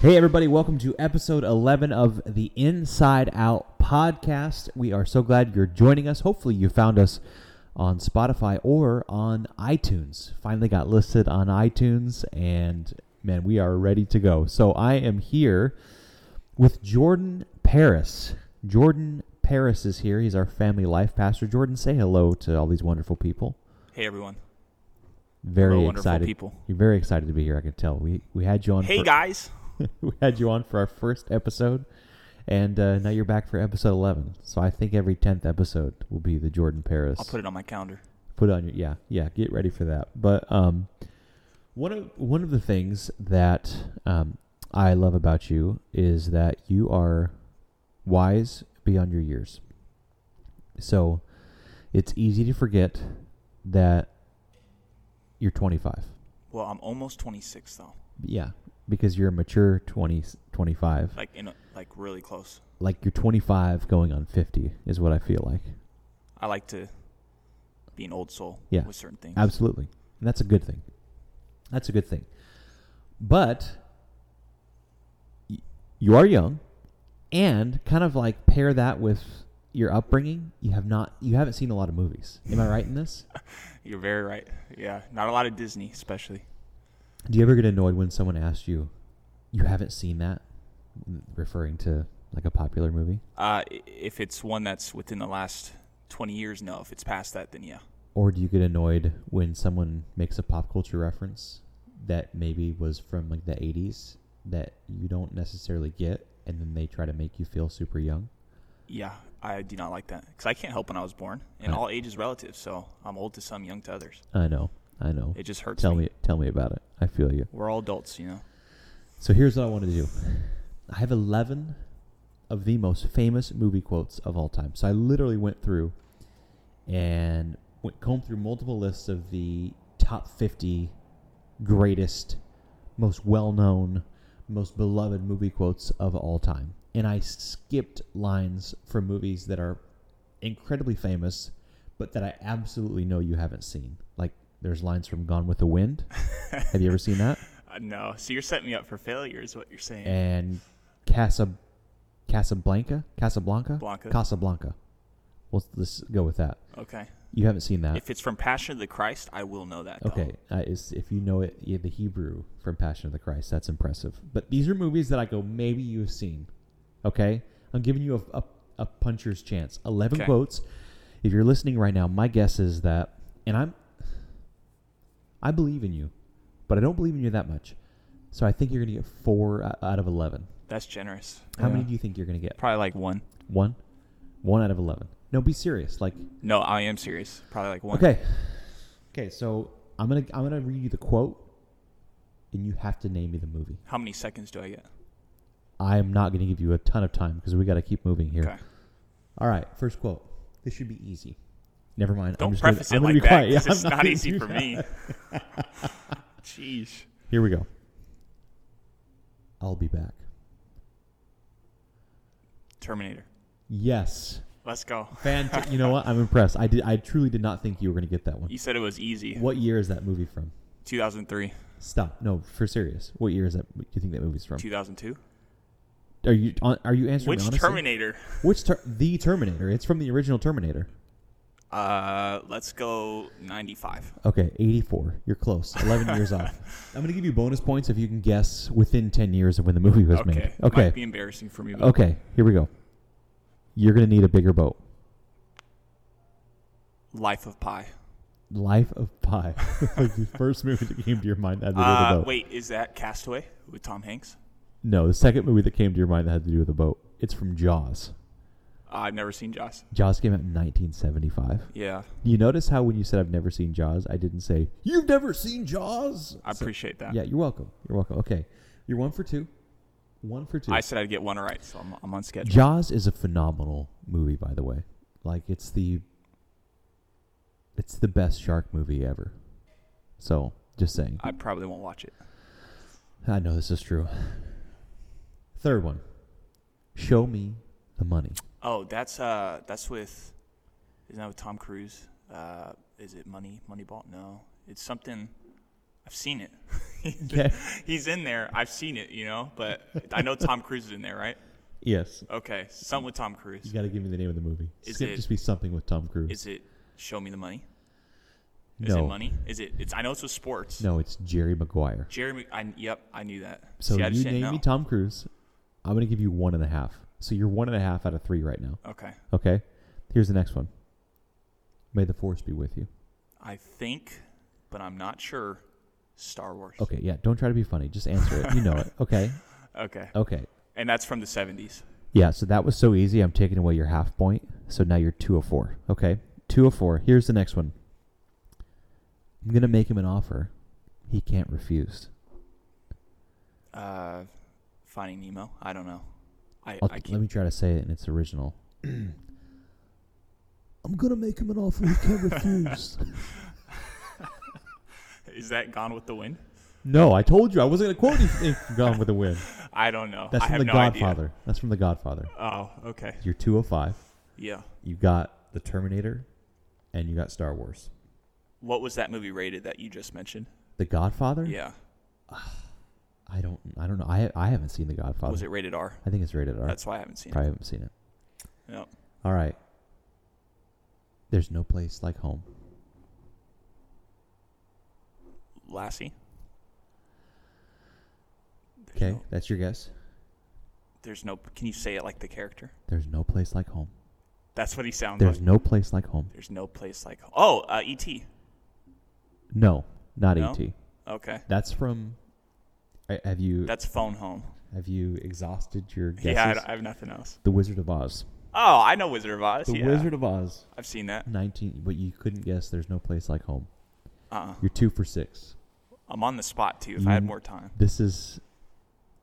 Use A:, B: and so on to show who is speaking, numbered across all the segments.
A: Hey, everybody, welcome to episode 11 of the Inside Out podcast. We are so glad you're joining us. Hopefully, you found us on Spotify or on iTunes. Finally got listed on iTunes, and man, we are ready to go. So, I am here with Jordan Paris. Jordan Paris is here. He's our family life pastor. Jordan, say hello to all these wonderful people.
B: Hey everyone.
A: Very
B: Hello, wonderful
A: excited.
B: people.
A: You're very excited to be here. I can tell. We we had you on.
B: Hey
A: for-
B: guys.
A: we had you on for our first episode, and uh, now you're back for episode 11. So I think every 10th episode will be the Jordan Paris.
B: I'll put it on my calendar.
A: Put on your yeah yeah. Get ready for that. But um, one of one of the things that um, I love about you is that you are wise beyond your years. So it's easy to forget that you're 25.
B: Well, I'm almost 26 though.
A: Yeah, because you're a mature 20 25.
B: Like in a, like really close.
A: like you're 25 going on 50 is what I feel like.
B: I like to be an old soul
A: Yeah.
B: with certain things.
A: Absolutely. And that's a good thing. That's a good thing. But y- you are young and kind of like pair that with your upbringing, you have not you haven't seen a lot of movies. Am I right in this?
B: You're very right. Yeah, not a lot of Disney especially.
A: Do you ever get annoyed when someone asks you, you haven't seen that? Referring to like a popular movie?
B: Uh, i- if it's one that's within the last 20 years, no. If it's past that, then yeah.
A: Or do you get annoyed when someone makes a pop culture reference that maybe was from like the 80s that you don't necessarily get and then they try to make you feel super young?
B: Yeah, I do not like that because I can't help when I was born, and
A: Right.
B: all ages relative. So I'm old to some, young to others.
A: I know. I know.
B: It just hurts
A: Tell me tell me about it. I feel you.
B: We're all adults, you know.
A: So here's what I want to do. I have 11 of the most famous movie quotes of all time. So I literally went through and went combed through multiple lists of the top 50 greatest, most well-known, most beloved movie quotes of all time. And I skipped lines from movies that are incredibly famous but that I absolutely know you haven't seen. Like there's lines from Gone with the Wind. have you ever seen that?
B: Uh, no, so you're setting me up for failure, is what you're saying.
A: and Casa, Casablanca, Casablanca,
B: Blanca.
A: Casablanca. Well, let's go with that.
B: okay.
A: You haven't seen that,
B: If it's from Passion of the Christ, I will know that. though.
A: okay? Uh, is if you know it, yeah, the Hebrew from Passion of the Christ. That's impressive. But these are movies that I go, maybe you've seen. Okay, I'm giving you a a, a puncher's chance. Eleven
B: Okay.
A: quotes. If you're listening right now, my guess is that, and I'm, I believe in you, but I don't believe in you that much. So I think you're gonna get four o- out of eleven.
B: That's generous.
A: How many
B: Yeah.
A: do you think you're gonna get?
B: Probably like one.
A: One. One out of eleven. No, be serious. Like
B: No, I am serious. Probably like one.
A: okay. Okay, so I'm gonna I'm gonna read you the quote and you have to name me the movie.
B: How many seconds do I get?
A: I am not gonna give you a ton of time because we gotta keep moving here.
B: Okay.
A: All right, first quote. This should be easy. Never mind. I'm
B: Don't
A: just
B: preface
A: gonna, I'm
B: it
A: gonna
B: like
A: be
B: that.
A: quiet.
B: 'cause
A: Yeah,
B: it's
A: I'm
B: not,
A: gonna
B: easy
A: do
B: for
A: that.
B: me. Jeez.
A: Here we go. I'll be back.
B: Terminator.
A: Yes.
B: Let's go.
A: Fantastic. you know what? I'm impressed. I did I truly did not think you were gonna get that one.
B: You said it was easy.
A: What year is that movie from?
B: 2003,
A: Stop. No, for serious. What year is that do you think that movie's from?
B: 2002.
A: Are you on, are you answering me
B: Which
A: honestly?
B: Terminator?
A: Which ter- the Terminator? It's from the original Terminator.
B: Uh, let's go 95.
A: Okay, 84. You're close. 11 years off. I'm going to give you bonus points if you can guess within 10 years of when the movie was made.
B: Okay.
A: Okay.
B: Might be embarrassing for me. But
A: okay, here we go. You're going to need a bigger boat.
B: Life of Pi.
A: Life of Pi. like the first movie that came to your mind that had to do with a
B: Uh,
A: boat.
B: wait, is that Castaway with Tom Hanks?
A: No, the second movie that came to your mind that had to do with a boat. It's from Jaws.
B: Uh, I've never seen Joss.
A: Jaws came out in 1975.
B: Yeah,
A: You notice how when you said I've never seen Jaws, I didn't say, You've never seen Jaws?
B: I appreciate that.
A: Yeah, you're welcome. You're welcome. Okay. You're one for two. One for two.
B: I said I'd get one right, so I'm, I'm on schedule.
A: Jaws is a phenomenal movie, by the way. Like it's the it's the best shark movie ever. So just saying.
B: I probably won't watch it.
A: I know this is true. Third one. Show me the money.
B: Oh, that's uh, that's with, isn't that with Tom Cruise? Uh, is it Money Moneyball? No, it's something. I've seen it.
A: Okay.
B: He's in there. I've seen it, you know, but I know Tom Cruise is in there, right?
A: Yes.
B: Okay, something with Tom
A: You
B: Cruise.
A: got to give me the name of the movie.
B: Is
A: Skip
B: it-
A: just be something with Tom Cruise.
B: Is it Show Me the Money? Is
A: no.
B: it money? Is it? It's. I know it's with sports.
A: No, it's Jerry Maguire.
B: Jeremy. I, yep, I knew that.
A: So
B: See, I
A: you
B: just didn't
A: name
B: know.
A: me Tom Cruise. I'm going to give you one and a half. So you're one and a half out of three right now.
B: Okay.
A: Okay. Here's the next one. May the force be with you.
B: I think, but I'm not sure. Star Wars.
A: Okay. Yeah. Don't try to be funny. Just answer it. You know it. Okay.
B: Okay.
A: Okay.
B: And that's from the 70s.
A: Yeah. So that was so easy. I'm taking away your half point. So now you're two of four. Okay. Two of four. Here's the next one. I'm going to make him an offer he can't refuse.
B: Uh, Finding Nemo. I don't know. I,
A: I'll,
B: I can't.
A: let me try to say it in its original. I'm gonna make him an offer he can't refuse.
B: Is that Gone with the Wind?
A: no, I told you I wasn't gonna quote anything from Gone with the Wind.
B: I don't know.
A: That's
B: I
A: from
B: have
A: The
B: no
A: Godfather. That's from The Godfather.
B: Idea. Oh, okay.
A: You're 205.
B: Yeah.
A: You got The Terminator, and you got Star Wars.
B: What was that movie rated that you just mentioned?
A: The Godfather.
B: Yeah.
A: I don't. I don't know. I I haven't seen The Godfather.
B: Was it rated R?
A: I think it's rated R.
B: That's why I haven't seen
A: I haven't seen it.
B: it. No.
A: All right. There's no place like home.
B: Lassie. There's
A: Okay,
B: no-
A: that's your guess.
B: there's no. Can you say it like the character?
A: There's no place like home.
B: That's what he sounds
A: There's
B: like.
A: no place like home.
B: There's no place like. Oh, uh, E.T.
A: No, not
B: No?
A: ET.
B: Okay.
A: That's from. I- Have you
B: That's Phone Home.
A: have you exhausted your guesses?
B: Yeah, I, don't- I have nothing else.
A: the Wizard of Oz.
B: Oh, I know Wizard of Oz.
A: The
B: yeah.
A: Wizard of Oz.
B: I've seen that.
A: Nineteen, but you couldn't guess. There's no place like home.
B: Uh-uh.
A: You're two for six.
B: I'm on the spot too. If I had
A: You-
B: more time,
A: This is.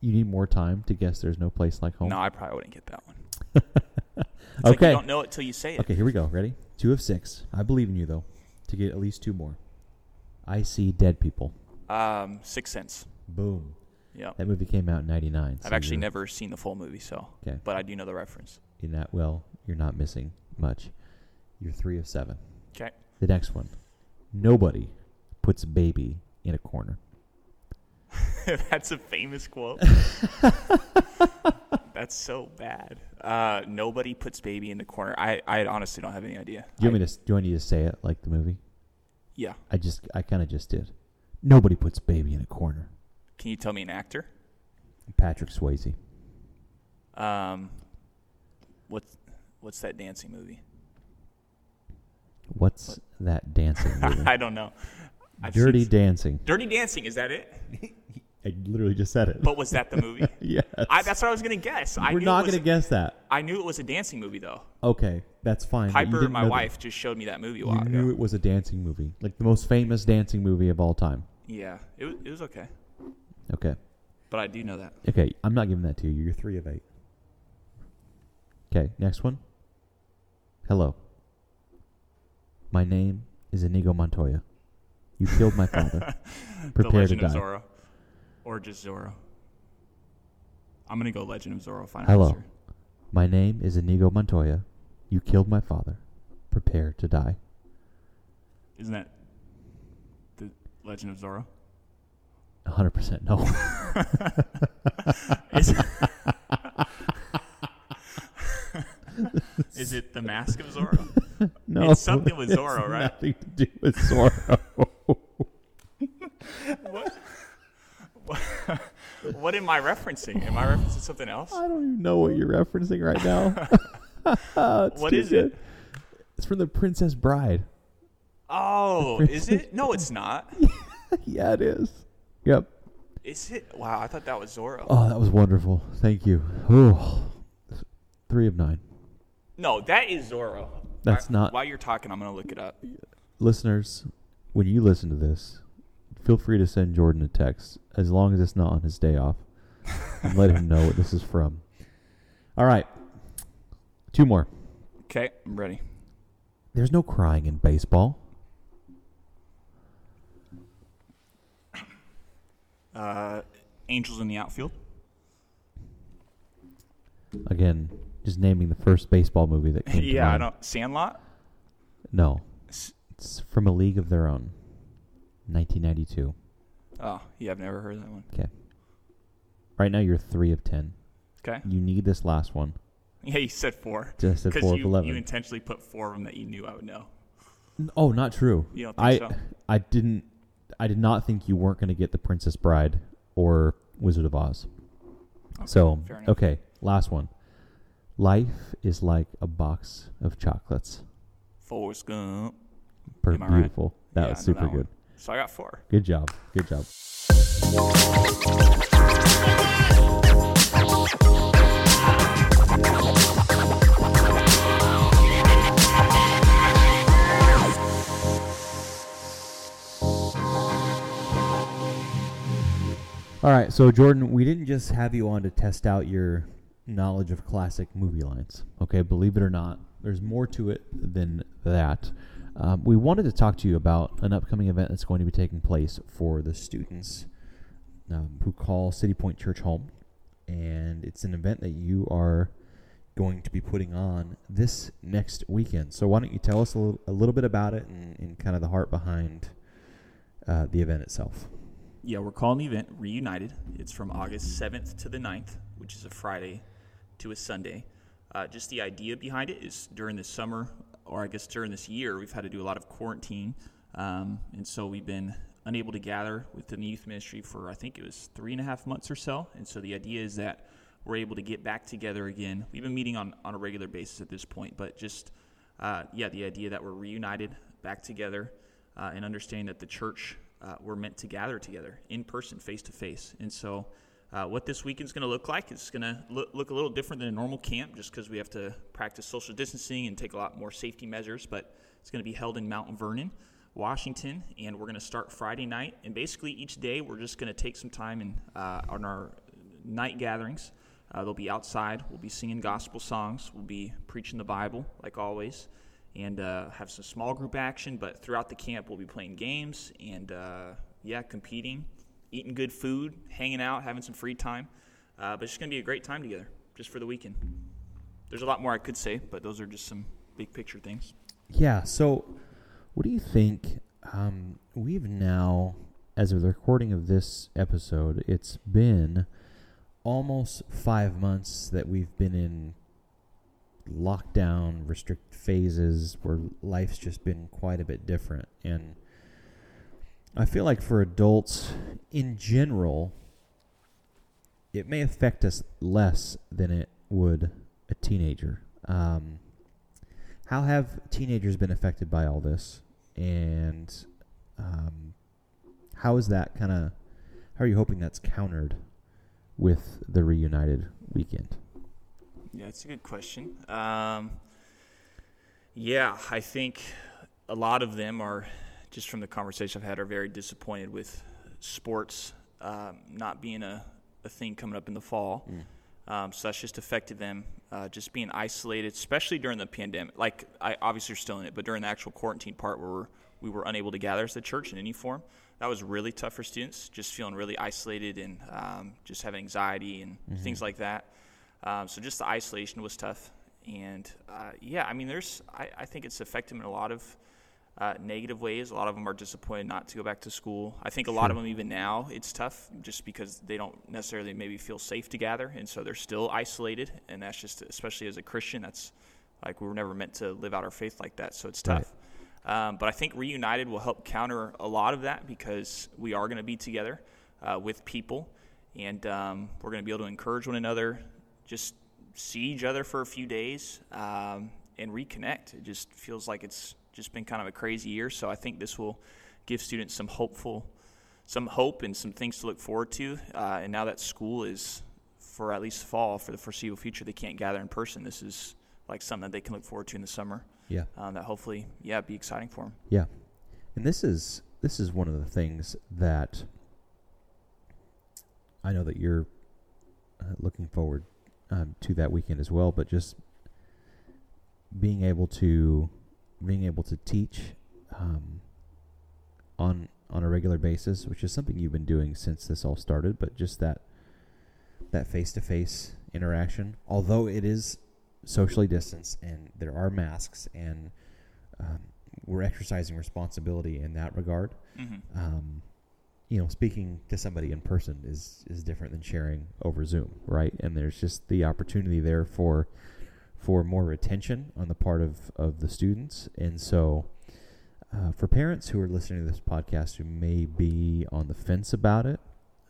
A: You need more time to guess. There's no place like home.
B: no, I probably wouldn't get that one. It's like
A: okay.
B: you don't know it till you say it.
A: okay. Here we go. Ready? Two of six. I believe in you though. To get at least two more. I see dead people.
B: Um, Sixth Sense.
A: Boom.
B: Yeah.
A: That movie came out in '99.
B: I've actually never seen the full movie, so.
A: Okay.
B: But I do know the reference.
A: In that, well, you're not missing much. You're three of seven.
B: Okay.
A: The next one. Nobody puts baby in a corner.
B: That's a famous quote. That's so bad. Uh, nobody puts baby in the corner. I, I honestly don't have any idea.
A: Do you want me to? Do you want you to say it like the movie?
B: Yeah.
A: I just, I kind of just did. Nobody puts baby in a corner.
B: Can you tell me an actor?
A: Patrick Swayze.
B: Um, what's what's that dancing movie?
A: What's that dancing movie?
B: I don't know. I've seen
A: Dirty
B: s-
A: Dancing.
B: Dirty Dancing. Is that it?
A: I literally just said it.
B: But was that the movie?
A: yes.
B: I, that's what I was gonna guess. I
A: We're
B: knew
A: not
B: it was,
A: going to guess that.
B: I knew it was a dancing movie though.
A: Okay, that's fine. but you
B: Piper,
A: didn't know
B: my
A: that-
B: wife, just showed me that movie a
A: You
B: while
A: knew
B: ago.
A: it was a dancing movie, like the most famous dancing movie of all time.
B: Yeah, it was, it was okay,
A: Okay.
B: but I do know that.
A: Okay, I'm not giving that to you. You're three of eight. Okay, next one. Hello. My name is Inigo Montoya. You killed my father.
B: the
A: Prepare to
B: Legend
A: die.
B: of Zorro, or just Zorro. I'm gonna go Legend of Zorro. Final
A: Hello.
B: answer.
A: My name is Inigo Montoya. You killed my father. Prepare to die.
B: Isn't that the Legend of Zorro?
A: 100% no.
B: Is, Is it the Mask of Zorro?
A: no.
B: It's something with Zorro,
A: it's
B: right?
A: Nothing to do with Zorro.
B: What? what- What am I referencing? Am I referencing something else?
A: I don't even know what you're referencing right now. It's
B: What
A: too
B: is it?
A: good. It's from The Princess Bride.
B: Oh, is it? No, it's not.
A: yeah, it is. Yep.
B: Is it? Wow, I thought that was Zorro.
A: Oh, that was wonderful. Thank you. Oh, three of nine.
B: No, that is Zorro.
A: That's
B: I-
A: not-
B: While you're talking, I'm gonna look it up.
A: Listeners, when you listen to this, feel free to send Jordan a text as long as it's not on his day off and let him know what this is from. All right. Two more.
B: Okay, I'm ready.
A: There's no crying in baseball.
B: Uh, Angels in the outfield.
A: Again, just naming the first baseball movie that came to
B: yeah, I
A: mind.
B: don't. Sandlot.
A: No.
B: S-
A: It's from A League of Their Own, 1992.
B: Oh, yeah, I've never heard that one.
A: Right now, you're three of ten.
B: Okay.
A: You need this last one.
B: Yeah, you said four.
A: Just at
B: Because
A: four of
B: you,
A: eleven.
B: you intentionally put four of them that you knew I would know.
A: N- oh, not true.
B: You don't think
A: I
B: so?
A: I didn't. I did not think you weren't going to get the Princess Bride or Wizard of Oz.
B: Okay,
A: so
B: fair enough.
A: okay, last one. Life is like a box of chocolates.
B: Forrest Gump.
A: Per-
B: Am I right?
A: beautiful. That
B: Yeah,
A: was
B: I know that
A: super
B: one.
A: good.
B: So I got four.
A: Good job. Good job. All right, so Jordan, we didn't just have you on to test out your knowledge of classic movie lines. Okay, believe it or not, there's more to it than that. Um, we wanted to talk to you about an upcoming event that's going to be taking place for the students um, who call City Point Church home, and it's an event that you are going to be putting on this next weekend. So why don't you tell us a little, a little bit about it and, and kind of the heart behind uh, the event itself?
B: Yeah, we're calling the event Reunited. It's from August 7th to the 9th, which is a Friday to a Sunday. Uh, just the idea behind it is during the summer, or I guess during this year, we've had to do a lot of quarantine. Um, and so we've been unable to gather within the youth ministry for, I think it was three and a half months or so. And so the idea is that we're able to get back together again. We've been meeting on, on a regular basis at this point, but just, uh, yeah, the idea that we're reunited back together uh, and understanding that the church uh, we're meant to gather together in person, face to face. And so, uh, what this weekend's going to look like is going to look, look a little different than a normal camp, just because we have to practice social distancing and take a lot more safety measures. But it's going to be held in Mount Vernon, Washington, and we're going to start Friday night. And basically, each day we're just going to take some time and uh, on our night gatherings. Uh, they'll be outside. We'll be singing gospel songs. We'll be preaching the Bible, like always, and uh, have some small group action. But throughout the camp, we'll be playing games and, uh, yeah, competing, eating good food, hanging out, having some free time. Uh, but it's just going to be a great time together just for the weekend. There's a lot more I could say, but those are just some big picture things.
A: Yeah. So, what do you think? Um, we've now, as of the recording of this episode, it's been almost five months that we've been in lockdown, restrict phases where life's just been quite a bit different. And I feel like for adults in general, it may affect us less than it would a teenager. Um, how have teenagers been affected by all this and um, how is that kind of how are you hoping that's countered with the reunited weekend
B: Yeah, it's a good question. Um, yeah, I think a lot of them are, just from the conversation I've had, are very disappointed with sports um, not being a, a thing coming up in the fall. Um, so that's just affected them, uh, just being isolated, especially during the pandemic. Like, I obviously are still in it, but during the actual quarantine part where we're, we were unable to gather as the church in any form, that was really tough for students, just feeling really isolated and um, just having anxiety and things like that. Um, so just the isolation was tough. And uh, yeah, I mean, there's, I, I think it's affected them in a lot of uh, negative ways. A lot of them are disappointed not to go back to school. I think a lot of them, even now, it's tough just because they don't necessarily maybe feel safe to gather. And so they're still isolated. And that's just, especially as a Christian, that's like we were never meant to live out our faith like that. So it's
A: Right.
B: tough. Um, but I think reunited will help counter a lot of that because we are going to be together uh, with people, and um, we're going to be able to encourage one another, just see each other for a few days, um, and reconnect. It just feels like it's just been kind of a crazy year, so I think this will give students some hopeful, some hope and some things to look forward to. Uh, and now that school is for at least fall for the foreseeable future, they can't gather in person. This is like something that they can look forward to in the summer
A: yeah
B: um, that hopefully, yeah, be exciting for them.
A: yeah and this is this is one of the things that i know that you're uh, looking forward um, to that weekend as well but just being able to being able to teach um, on on a regular basis, which is something you've been doing since this all started, but just that that face to face interaction, although it is socially distanced and there are masks and um, we're exercising responsibility in that regard.
B: Mm-hmm.
A: Um, you know, speaking to somebody in person is is different than sharing over Zoom, right? And there's just the opportunity there for for more retention on the part of of the students, and so. Uh, for parents who are listening to this podcast who may be on the fence about it,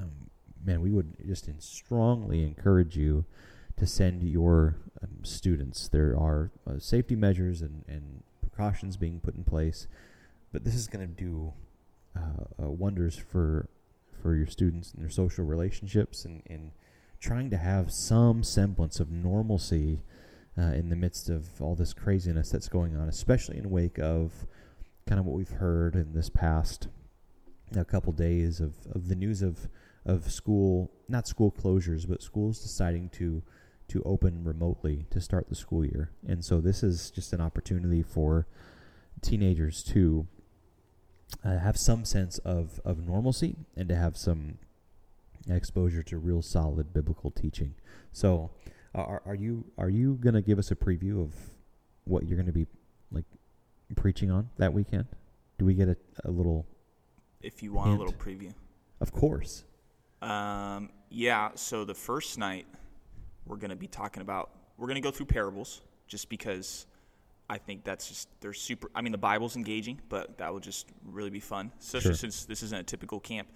A: um, man, we would just in- strongly encourage you to send your um, students. There are uh, safety measures and, and precautions being put in place, but this is going to do uh, uh, wonders for for your students and their social relationships and, and trying to have some semblance of normalcy uh, in the midst of all this craziness that's going on, especially in wake of kind of what we've heard in this past a couple days of, of the news of of school not school closures but schools deciding to to open remotely to start the school year and so this is just an opportunity for teenagers to uh, have some sense of of normalcy and to have some exposure to real solid biblical teaching so uh, are, are you are you going to give us a preview of what you're going to be like preaching on that weekend do we get a, a little
B: If you want
A: Hint.
B: a little preview.
A: of course
B: Um, yeah, so the first night we're going to be talking about we're going to go through parables just because I think that's just they're super I mean the Bible's engaging, but that will just really be fun, especially
A: Sure.
B: since this isn't a typical camp.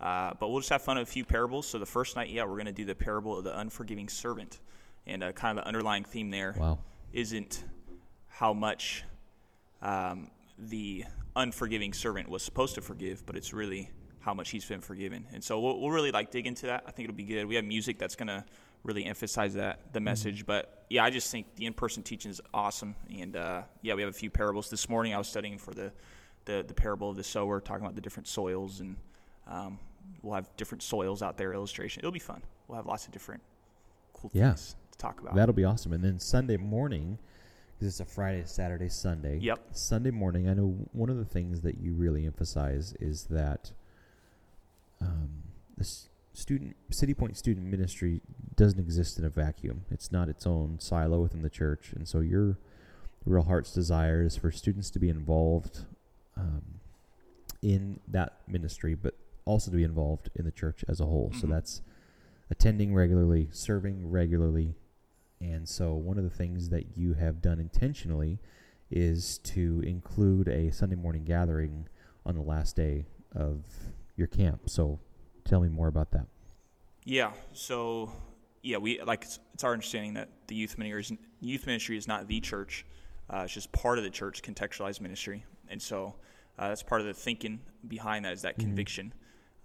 B: Uh, but we'll just have fun with a few parables. So the first night, yeah, we're going to do the parable of the unforgiving servant. And uh, kind of the underlying theme there
A: wow
B: isn't how much um, the unforgiving servant was supposed to forgive, but it's really how much he's been forgiven. And so we'll, we'll really like dig into that. I think it'll be good. We have music that's going to really emphasize that
A: Mm-hmm.
B: the message. But yeah, I just think the in-person teaching is awesome. And uh, yeah, we have a few parables this morning. I was studying for the the, the parable of the sower, talking about the different soils, and um, we'll have different soils out there illustration. It'll be fun. We'll have lots of different cool
A: Yeah.
B: things to talk about.
A: That'll be awesome. And then Sunday morning, because it's a Friday, Saturday, Sunday.
B: Yep.
A: Sunday morning, I know one of the things that you really emphasize is that um, the s- student City Point student ministry doesn't exist in a vacuum. It's not its own silo within the church, and so your real heart's desire is for students to be involved um, in that ministry, but also to be involved in the church as a whole. So
B: Mhm.
A: that's attending regularly, serving regularly, and so one of the things that you have done intentionally is to include a Sunday morning gathering on the last day of your camp. So tell me more about that.
B: Yeah. So, yeah, we like it's, it's our understanding that the youth ministry is youth ministry is not the church; uh, it's just part of the church, contextualized ministry, and so uh, that's part of the thinking behind that is that conviction.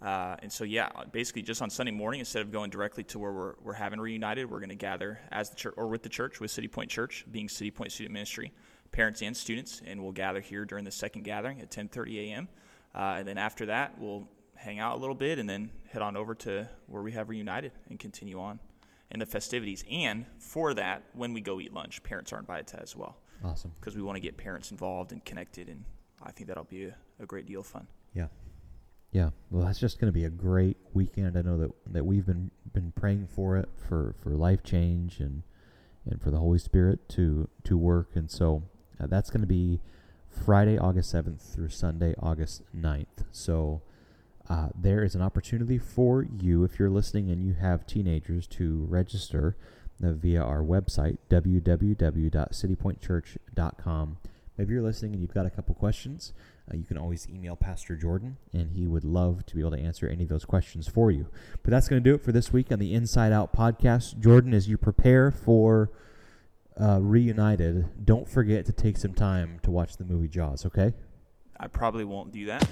B: Uh, and so, yeah, basically, just on Sunday morning, instead of going directly to where we're, we're having reunited, we're going to gather as the church or with the church, with City Point Church, being City Point Student Ministry, parents and students, and we'll gather here during the second gathering at 10:30 a.m. Uh, and then after that, we'll hang out a little bit and then head on over to where we have reunited and continue on in the festivities. And for that, when we go eat lunch, parents are invited to that as well
A: Awesome.
B: because we want to get parents involved and connected. And I think that'll be a, a great deal of fun.
A: Yeah. Yeah. Well, that's just going to be a great weekend. I know that that we've been been praying for it for for life change and and for the Holy Spirit to to work. And so uh, that's going to be Friday, August 7th through Sunday, August 9th. So uh, there is an opportunity for you if you're listening and you have teenagers to register uh, via our website www.citypointchurch.com. Maybe you're listening and you've got a couple questions. Uh, you can always email Pastor Jordan, and he would love to be able to answer any of those questions for you. But that's going to do it for this week on the Inside Out podcast. Jordan, as you prepare for uh, Reunited, don't forget to take some time to watch the movie Jaws, okay?
B: I probably won't do that.